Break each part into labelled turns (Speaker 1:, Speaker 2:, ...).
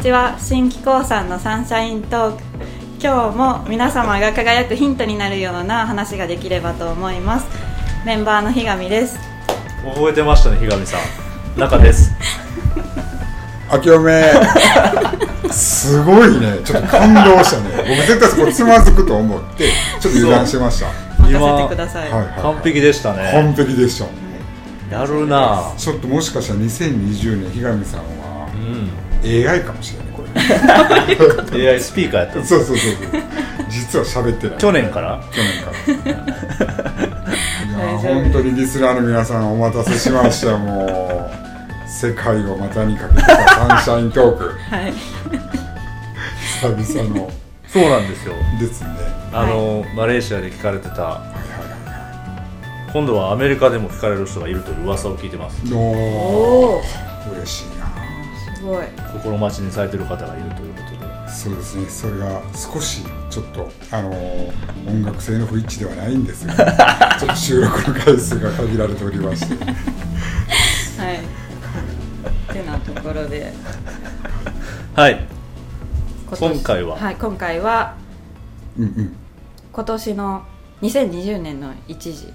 Speaker 1: ちは新機構さんのサンシャイントーク今日も皆様が輝くヒントになるような話ができればと思いますメンバーの日上です
Speaker 2: 覚えてましたね日上さん中です
Speaker 3: あきおめすごいねちょっと感動したね僕絶対そこつまずくと思ってちょっと油断してました
Speaker 1: 任せてください、
Speaker 3: はいはい
Speaker 2: 完璧でしたね
Speaker 3: 完璧でした
Speaker 2: やるな
Speaker 3: ちょっともしかしたら2020年日上さん
Speaker 2: う
Speaker 3: は
Speaker 2: ん
Speaker 3: AI かもしれない こ
Speaker 2: AI スピーカーやったん
Speaker 3: れ
Speaker 2: です
Speaker 3: そうそうそうそう実は喋ってない
Speaker 2: 去年から
Speaker 3: 去年からいや
Speaker 1: 大丈夫
Speaker 3: 本当にリスナーの皆さんお待たせしま したもう世界を股にかけたサンシャイントーク
Speaker 1: はい、
Speaker 3: 久々の
Speaker 2: そうなんですよ
Speaker 3: ですね
Speaker 2: あの、マレーシアで聞かれてた
Speaker 3: はいはいはい
Speaker 2: 今度はアメリカでも聞かれる人がいるという噂を聞いてます
Speaker 3: お
Speaker 1: お
Speaker 3: お嬉しいな
Speaker 1: す ごい
Speaker 2: 心待ちにされてる方がいるということで
Speaker 3: そうですねそれが少しちょっとあのー音楽性の不一致ではないんで すがちょっと収録の回数が限られており まして
Speaker 1: はいってなところで
Speaker 2: はい
Speaker 1: 今年
Speaker 2: 今回は
Speaker 1: はい、今回は
Speaker 3: うんうん
Speaker 1: 今年の2020年の一時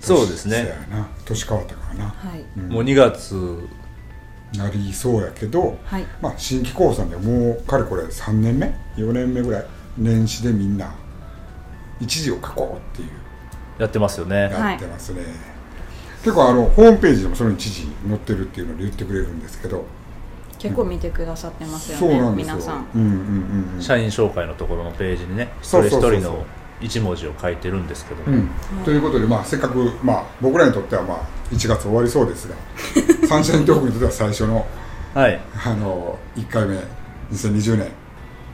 Speaker 2: そうです
Speaker 3: そや
Speaker 2: ね
Speaker 3: な年変わったからな、
Speaker 1: はい
Speaker 3: うん
Speaker 2: もう2月
Speaker 3: なりそうやけど、
Speaker 1: はい
Speaker 3: まあ新規興産でもうかれこれ3年目4年目ぐらい年始でみんな一時を書こうっていう
Speaker 2: やってますよね
Speaker 3: やってますね、結構あのホームページでもその一時載ってるっていうので言ってくれるんですけど
Speaker 1: 結構見てくださってますよ
Speaker 3: そう
Speaker 1: ね
Speaker 3: なんですよ
Speaker 1: 皆さん
Speaker 3: うんうんうんうん
Speaker 2: 社員紹介のところのページにね一
Speaker 3: そ
Speaker 2: 人一
Speaker 3: うそうそうそう
Speaker 2: 人の一文字を書いてるんですけど
Speaker 3: うん、ということで、まあ、せっかく、まあ、僕らにとっては、まあ、1月終わりそうですが サンシャイントークにとっては最初の
Speaker 2: はい
Speaker 3: あの1回目2020年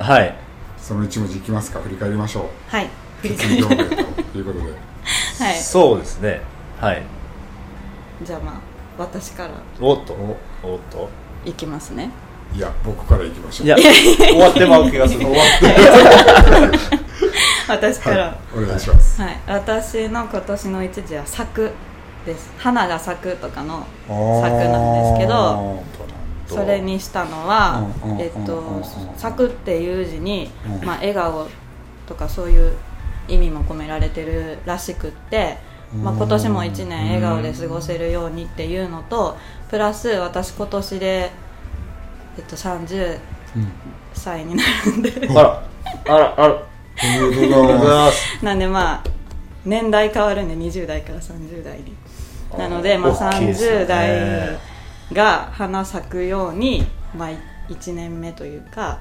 Speaker 2: はい
Speaker 3: その1文字いきますか振り返りましょう
Speaker 1: はい振り
Speaker 3: 決
Speaker 1: 返
Speaker 3: 意
Speaker 1: り
Speaker 3: 表明ということで
Speaker 1: はい
Speaker 2: そうですねはい
Speaker 1: じゃあまあ私から
Speaker 2: おっと
Speaker 3: お
Speaker 2: おっと
Speaker 1: いきますね
Speaker 3: いや僕からいきましょう
Speaker 2: いや終わってまう気がする
Speaker 3: 終わって
Speaker 1: 私か
Speaker 3: は
Speaker 1: ら
Speaker 3: いお願いします、
Speaker 1: はい、私の今年の一時は咲くです花が咲くとかの
Speaker 3: あー
Speaker 1: 柵なんですけど
Speaker 2: ど
Speaker 1: そ
Speaker 2: う
Speaker 1: れにしたのは
Speaker 3: うんうんうんうんうん
Speaker 1: えっと咲くっていう字に
Speaker 3: う、ん
Speaker 1: まあ、笑顔とかそういう意味も込められてるらしくって、まあ、
Speaker 3: うん
Speaker 1: 今年も1年笑顔で過ごせるようにっていうのとプラス私今年で、えっと、30
Speaker 3: うん
Speaker 1: 歳になるんで
Speaker 2: あらあらあら
Speaker 3: おめでとうございま
Speaker 1: なんでまあ年代変わるんで20代から30代に。なので、まあ、
Speaker 2: 大きいですね
Speaker 1: 30代が花咲くように、まあ、1年目というか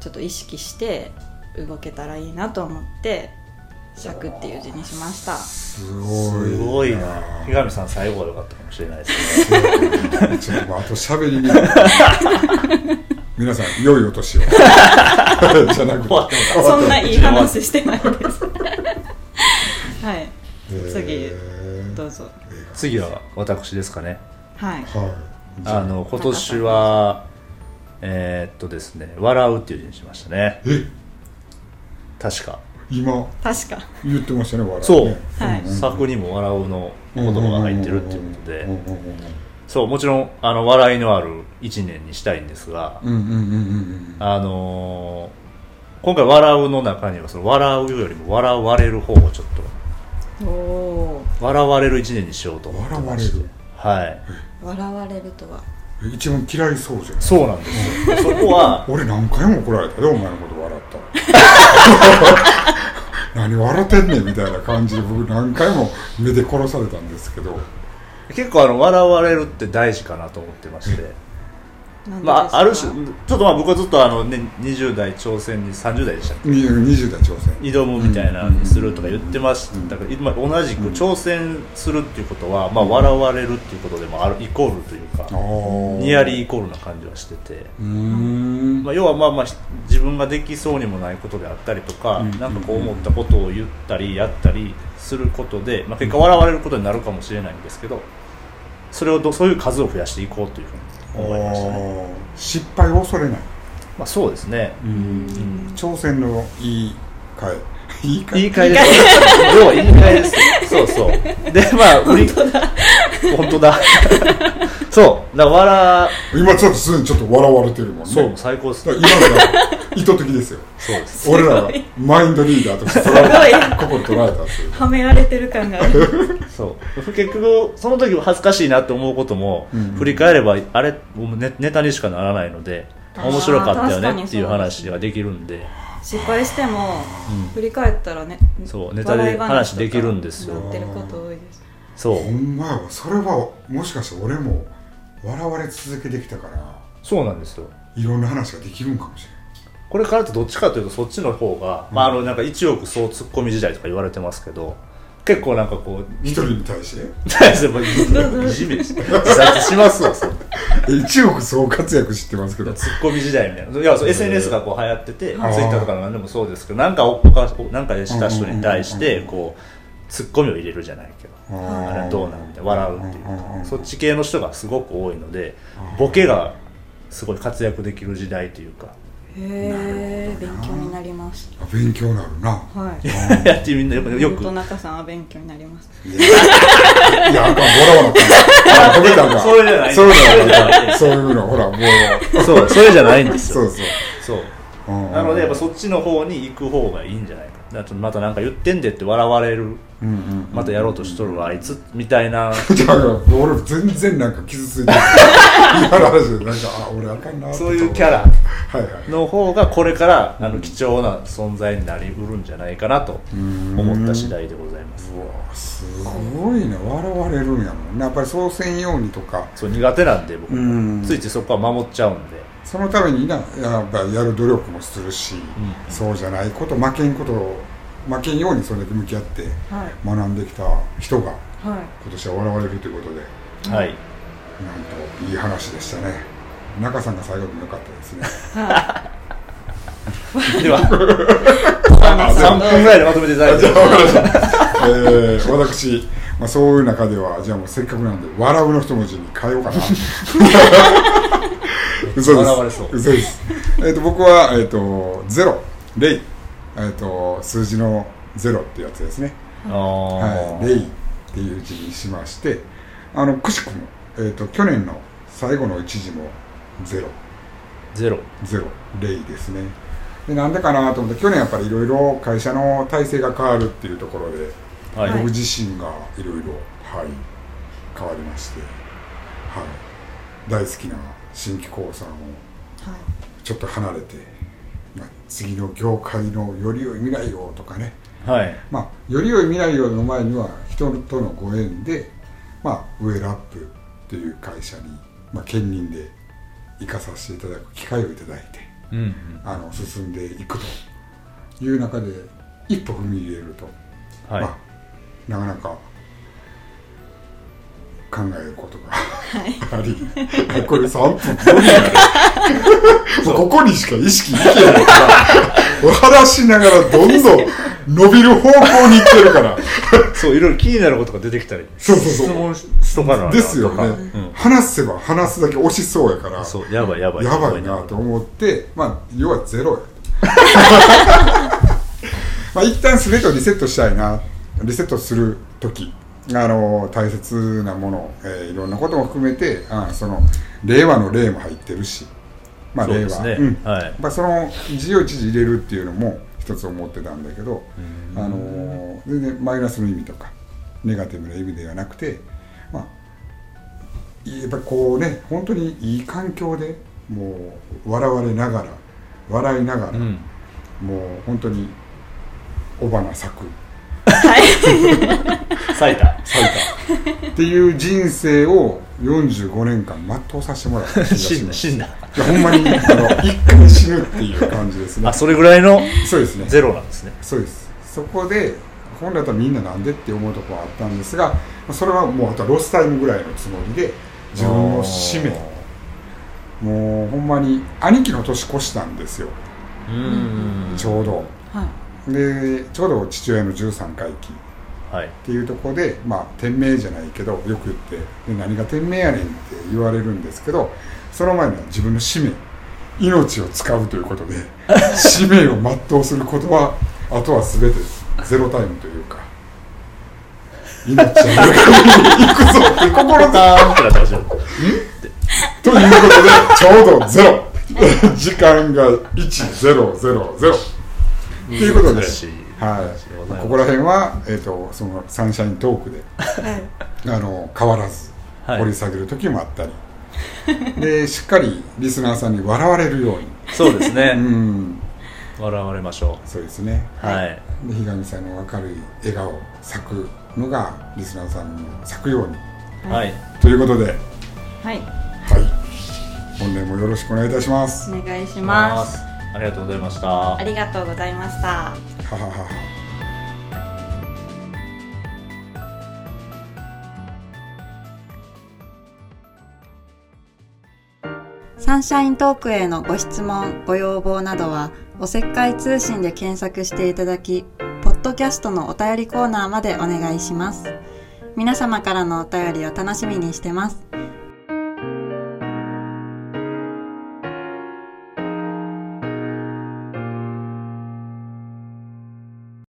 Speaker 1: ちょっと意識して動けたらいいなと思って「咲く」っていう字にしました
Speaker 3: す
Speaker 2: すご
Speaker 3: ごい
Speaker 2: いな日上さん最後は良かったかもしれないですね
Speaker 3: ちょっともうあと喋りに 皆さん良いお年をじゃなくて
Speaker 2: 終わってもうた
Speaker 1: そんないい話してないです はい次どうぞ
Speaker 2: 次は私ですかね
Speaker 1: はい
Speaker 3: はい。
Speaker 2: あの今年はえーっとですね「笑う」っていう字にしましたね
Speaker 3: え、
Speaker 2: 確か
Speaker 3: 今
Speaker 1: 確か
Speaker 3: 言ってましたね、笑ね
Speaker 2: そう
Speaker 1: はい
Speaker 2: 「作にも笑う」の言葉が入ってるっていうことで
Speaker 3: うんうんうん
Speaker 2: そうもちろんあの笑いのある1年にしたいんですが
Speaker 3: うんうんうんうん
Speaker 2: あのー今回「笑う」の中にはその笑うよりも笑われる方をちょっ
Speaker 1: お
Speaker 2: と
Speaker 1: お
Speaker 2: 笑われる1年にしようと思ってまして
Speaker 3: 笑
Speaker 2: はい
Speaker 1: 笑われるとは
Speaker 3: うんえ一番嫌いそうじゃん
Speaker 2: そうなんですよそこは
Speaker 3: 俺何回も怒られたでお前のこと笑 ったら何笑ってんねんみたいな感じで僕何回も目で殺されたんですけど
Speaker 2: 結構あの笑われるって大事かなと思ってまして、
Speaker 1: なんで
Speaker 2: ま
Speaker 1: です
Speaker 2: あ、
Speaker 1: か
Speaker 2: ある種ちょっとまあ僕はずっとあの、ね、20代挑戦に30代でしたっけ
Speaker 3: に20代挑戦
Speaker 2: 挑むみたいなにするとか言ってましたから、まあ同じく挑戦するっていうことは、まあ、笑われるっていうことでもあるイコールというか、ニ
Speaker 3: ニ
Speaker 2: ヤリイコールな感じはしてて、
Speaker 3: うーん
Speaker 2: まあ、要はまあまあひ自分ができそうにもないことであったりとか、
Speaker 3: うん
Speaker 2: なんかこう思ったことを言ったりやったりすることで、まあ、結果笑われることになるかもしれないんですけどそれをどそういう数を増やしていこうというふうに思いましたね、
Speaker 3: おー失敗を恐れない
Speaker 2: まあ、そうですね
Speaker 3: うん挑戦の言い換え言い換え
Speaker 2: 言い換えです要は言い換えですよそうそうでまあ売り本当だそうだから笑
Speaker 3: 今ちょっとすでにちょっと笑われてるもんね
Speaker 2: そう最高です
Speaker 3: だから今のが意図的ですよ
Speaker 2: そう です
Speaker 1: ごい
Speaker 3: 俺らはマインドリーダーとして捉えた心捉えたっていう
Speaker 1: はめられてる感があ る
Speaker 2: そう結局その時は恥ずかしいなって思うことも、
Speaker 3: うん
Speaker 2: 振り返ればあれもうネネタにしかならないので
Speaker 1: あー
Speaker 2: 面白かったよ
Speaker 1: 確か
Speaker 2: ね
Speaker 1: に
Speaker 2: っていう
Speaker 1: そうです
Speaker 2: 話ができるんで
Speaker 1: 失敗しても、
Speaker 2: うん
Speaker 1: 振り返ったらね
Speaker 2: そうネタで話できるんですよ
Speaker 1: やってること多いです
Speaker 2: そう
Speaker 3: ほんまやわそれはもしかして俺も笑われ続けてきたから
Speaker 2: そうなんですよ
Speaker 3: いろんな話ができるんかもし
Speaker 2: これからってどっちかというとそっちの方が、まあ、あのなんか1億総ツッコミ時代とか言われてますけど結構なんかこう
Speaker 3: れん一人に対して
Speaker 2: 大丈夫いじ め自殺しますわそ んな
Speaker 3: 1億総活躍知ってますけど
Speaker 2: ツッコミ時代みたいないやそう
Speaker 3: へー
Speaker 2: SNS がこう流行っててツイ
Speaker 3: あー
Speaker 2: ッターとか何でもそうですけどなんかおかなんかした人に対してこうツッコミを入れるじゃないけどあれはどうなのみたいな笑うっていう
Speaker 3: うんうんう
Speaker 2: か
Speaker 3: ん
Speaker 2: そっち系の人がすごく多いのでボケがすごい活躍できる時代というか
Speaker 1: へえ勉強になりまし
Speaker 3: 勉強になるな
Speaker 1: たはい
Speaker 2: やってみんなよくよく
Speaker 1: 本当中さんは勉強になります
Speaker 3: いやいやあかん笑わなあかんあ褒めたらあかん
Speaker 2: それじゃない
Speaker 3: そういうのあかんそういうのほらもう
Speaker 2: そうそれじゃないんです
Speaker 3: そ
Speaker 2: よ
Speaker 3: うそう
Speaker 2: そう
Speaker 3: うん
Speaker 2: なのでやっぱそっちの方に行く方がいいんじゃないかだとまたなんか言ってんでって笑われる
Speaker 3: うんうん
Speaker 2: またやろうとしとるわあいつみたいな
Speaker 3: だから俺全然なんか傷つ いてる今の話でなんかあ俺あかんなって
Speaker 2: そういうキャラ
Speaker 3: はいはい
Speaker 2: の方がこれからあの貴重な存在になりうるんじゃないかなと思った次第でございます
Speaker 3: うわすごいね笑われるんやもんねやっぱりそうせんようにとか
Speaker 2: そう苦手なんで僕
Speaker 3: うん
Speaker 2: ついついそこは守っちゃうんで
Speaker 3: そのためになやっぱやる努力もするし、
Speaker 2: ん
Speaker 3: そうじゃないこと負けんことを負けんようにそれだけ向き合って
Speaker 1: はい
Speaker 3: 学んできた人が
Speaker 1: はい
Speaker 3: 今年は笑われるということで
Speaker 2: はい
Speaker 3: なんといい話でしたね中さんが最後でもよかったで すね
Speaker 2: で は3分ぐらいでまとめていただいて
Speaker 3: えー、私、まあ、そういう中ではじゃあもうせっかくなんで「笑う」の一文字に変えよう かな嘘です
Speaker 2: 笑われそう
Speaker 3: 嘘です、えー、と僕は、えー、とゼロレイ、えー、と数字のゼロってやつですね
Speaker 2: あ
Speaker 3: はい、レ
Speaker 2: ー
Speaker 3: イっていう字にしましてあのくしくも、えー、と去年の最後の一字もゼロ
Speaker 2: ゼロ
Speaker 3: ゼロレイですねでなんでかなと思って去年やっぱりいろいろ会社の体制が変わるっていうところで、
Speaker 2: はい
Speaker 1: は
Speaker 3: 僕
Speaker 1: い
Speaker 3: 自身がいろいろはい変わりまして、はい、大好きな新規興産を
Speaker 1: はい
Speaker 3: ちょっと離れて、まあ、次の業界のより良い未来をとかね
Speaker 2: はい
Speaker 3: まあ、より良い未来をの前には人とのご縁で、まあ、ウェルアップという会社に、まあ、兼任で行かさせていただく機会をいただいて
Speaker 2: うんうん
Speaker 3: あの進んでいくという中で一歩踏み入れると、
Speaker 2: はい
Speaker 3: まあ、なかなか考えることがあり、これ3分無理やでもうここにしか意識いけないから話しながらどんどん伸びる方向にいってるから
Speaker 2: そういろいろ気になることが出てきたり
Speaker 3: そうそうそう
Speaker 2: 質問しとかなあかんとか
Speaker 3: ですよね、
Speaker 2: うん
Speaker 3: 話せば話すだけ押しそうやから
Speaker 2: そうやばいやばい
Speaker 3: やばいなと思って、まあ、要はゼ ロやとまあ一旦全てをリセットしたいなリセットする時あの大切なもの、えーいろんなことも含めてあその令和の例も入ってるし、まあ、
Speaker 2: そう
Speaker 3: 令
Speaker 2: です
Speaker 3: 和、
Speaker 2: ね
Speaker 3: うん
Speaker 2: はい
Speaker 3: まあ、その字を一字入れるっていうのも一つ思ってたんだけど、あのー全然マイナスの意味とかネガティブな意味ではなくて、まあ、やっぱりこうね本当にいい環境でもう笑われながら笑いながら、
Speaker 2: うん
Speaker 3: もう本当に尾花咲く
Speaker 2: 咲いた
Speaker 3: 咲いたっていう人生を45年間全うさせてもらった気 が
Speaker 2: 死
Speaker 3: し
Speaker 2: んだ
Speaker 3: ます
Speaker 2: 死んだ
Speaker 3: いやほんまにあの一回死ぬっていう感じですね
Speaker 2: あそれぐらいの
Speaker 3: そうですね
Speaker 2: ゼロなんですね
Speaker 3: そうですそこで本来だったらみんななんでって思うところはあったんですがそれはもうあとはロスタイムぐらいのつもりで自分の使命もうほんまに兄貴の年越したんですよ
Speaker 2: うん
Speaker 3: ちょうど
Speaker 1: はい
Speaker 3: でちょうど父親の13回忌っ
Speaker 2: はい
Speaker 3: ていうところでまあ天命じゃないけどよく言ってで何が天命やねんって言われるんですけどその前には自分の使命命を使うということで使命を全うすることはあとは全てゼロタイムというか命を行くぞっていう心
Speaker 2: ポ
Speaker 3: が
Speaker 2: ターンってなってましたよ
Speaker 3: ということでちょうどゼロ 時間が1000ということで、
Speaker 2: 難しい
Speaker 3: はい、ここら辺は、えー、とそのサンシャイントークで
Speaker 4: はい
Speaker 3: あの変わらず
Speaker 2: はい
Speaker 3: 掘り下げる時もあったり、でしっかりリスナーさんに笑われるように
Speaker 2: そうです
Speaker 3: う
Speaker 2: ね
Speaker 3: ん
Speaker 2: 笑われましょ
Speaker 3: そうですね
Speaker 2: うはい
Speaker 3: で日上さんの明るい笑顔を咲くのがリスナーさんの咲くように
Speaker 2: はい
Speaker 3: ということで、
Speaker 4: はい
Speaker 3: はい、本年もよろしくお願いいたします。
Speaker 4: お願いしま
Speaker 2: し
Speaker 4: す
Speaker 2: ますありがとうございました
Speaker 4: ありがとうございました
Speaker 3: はははは
Speaker 1: サンシャイントークへのご質問、ご要望などは、おせっかい通信で検索していただき、ポッドキャストのお便りコーナーまでお願いします。皆様からのお便りを楽しみにしてます。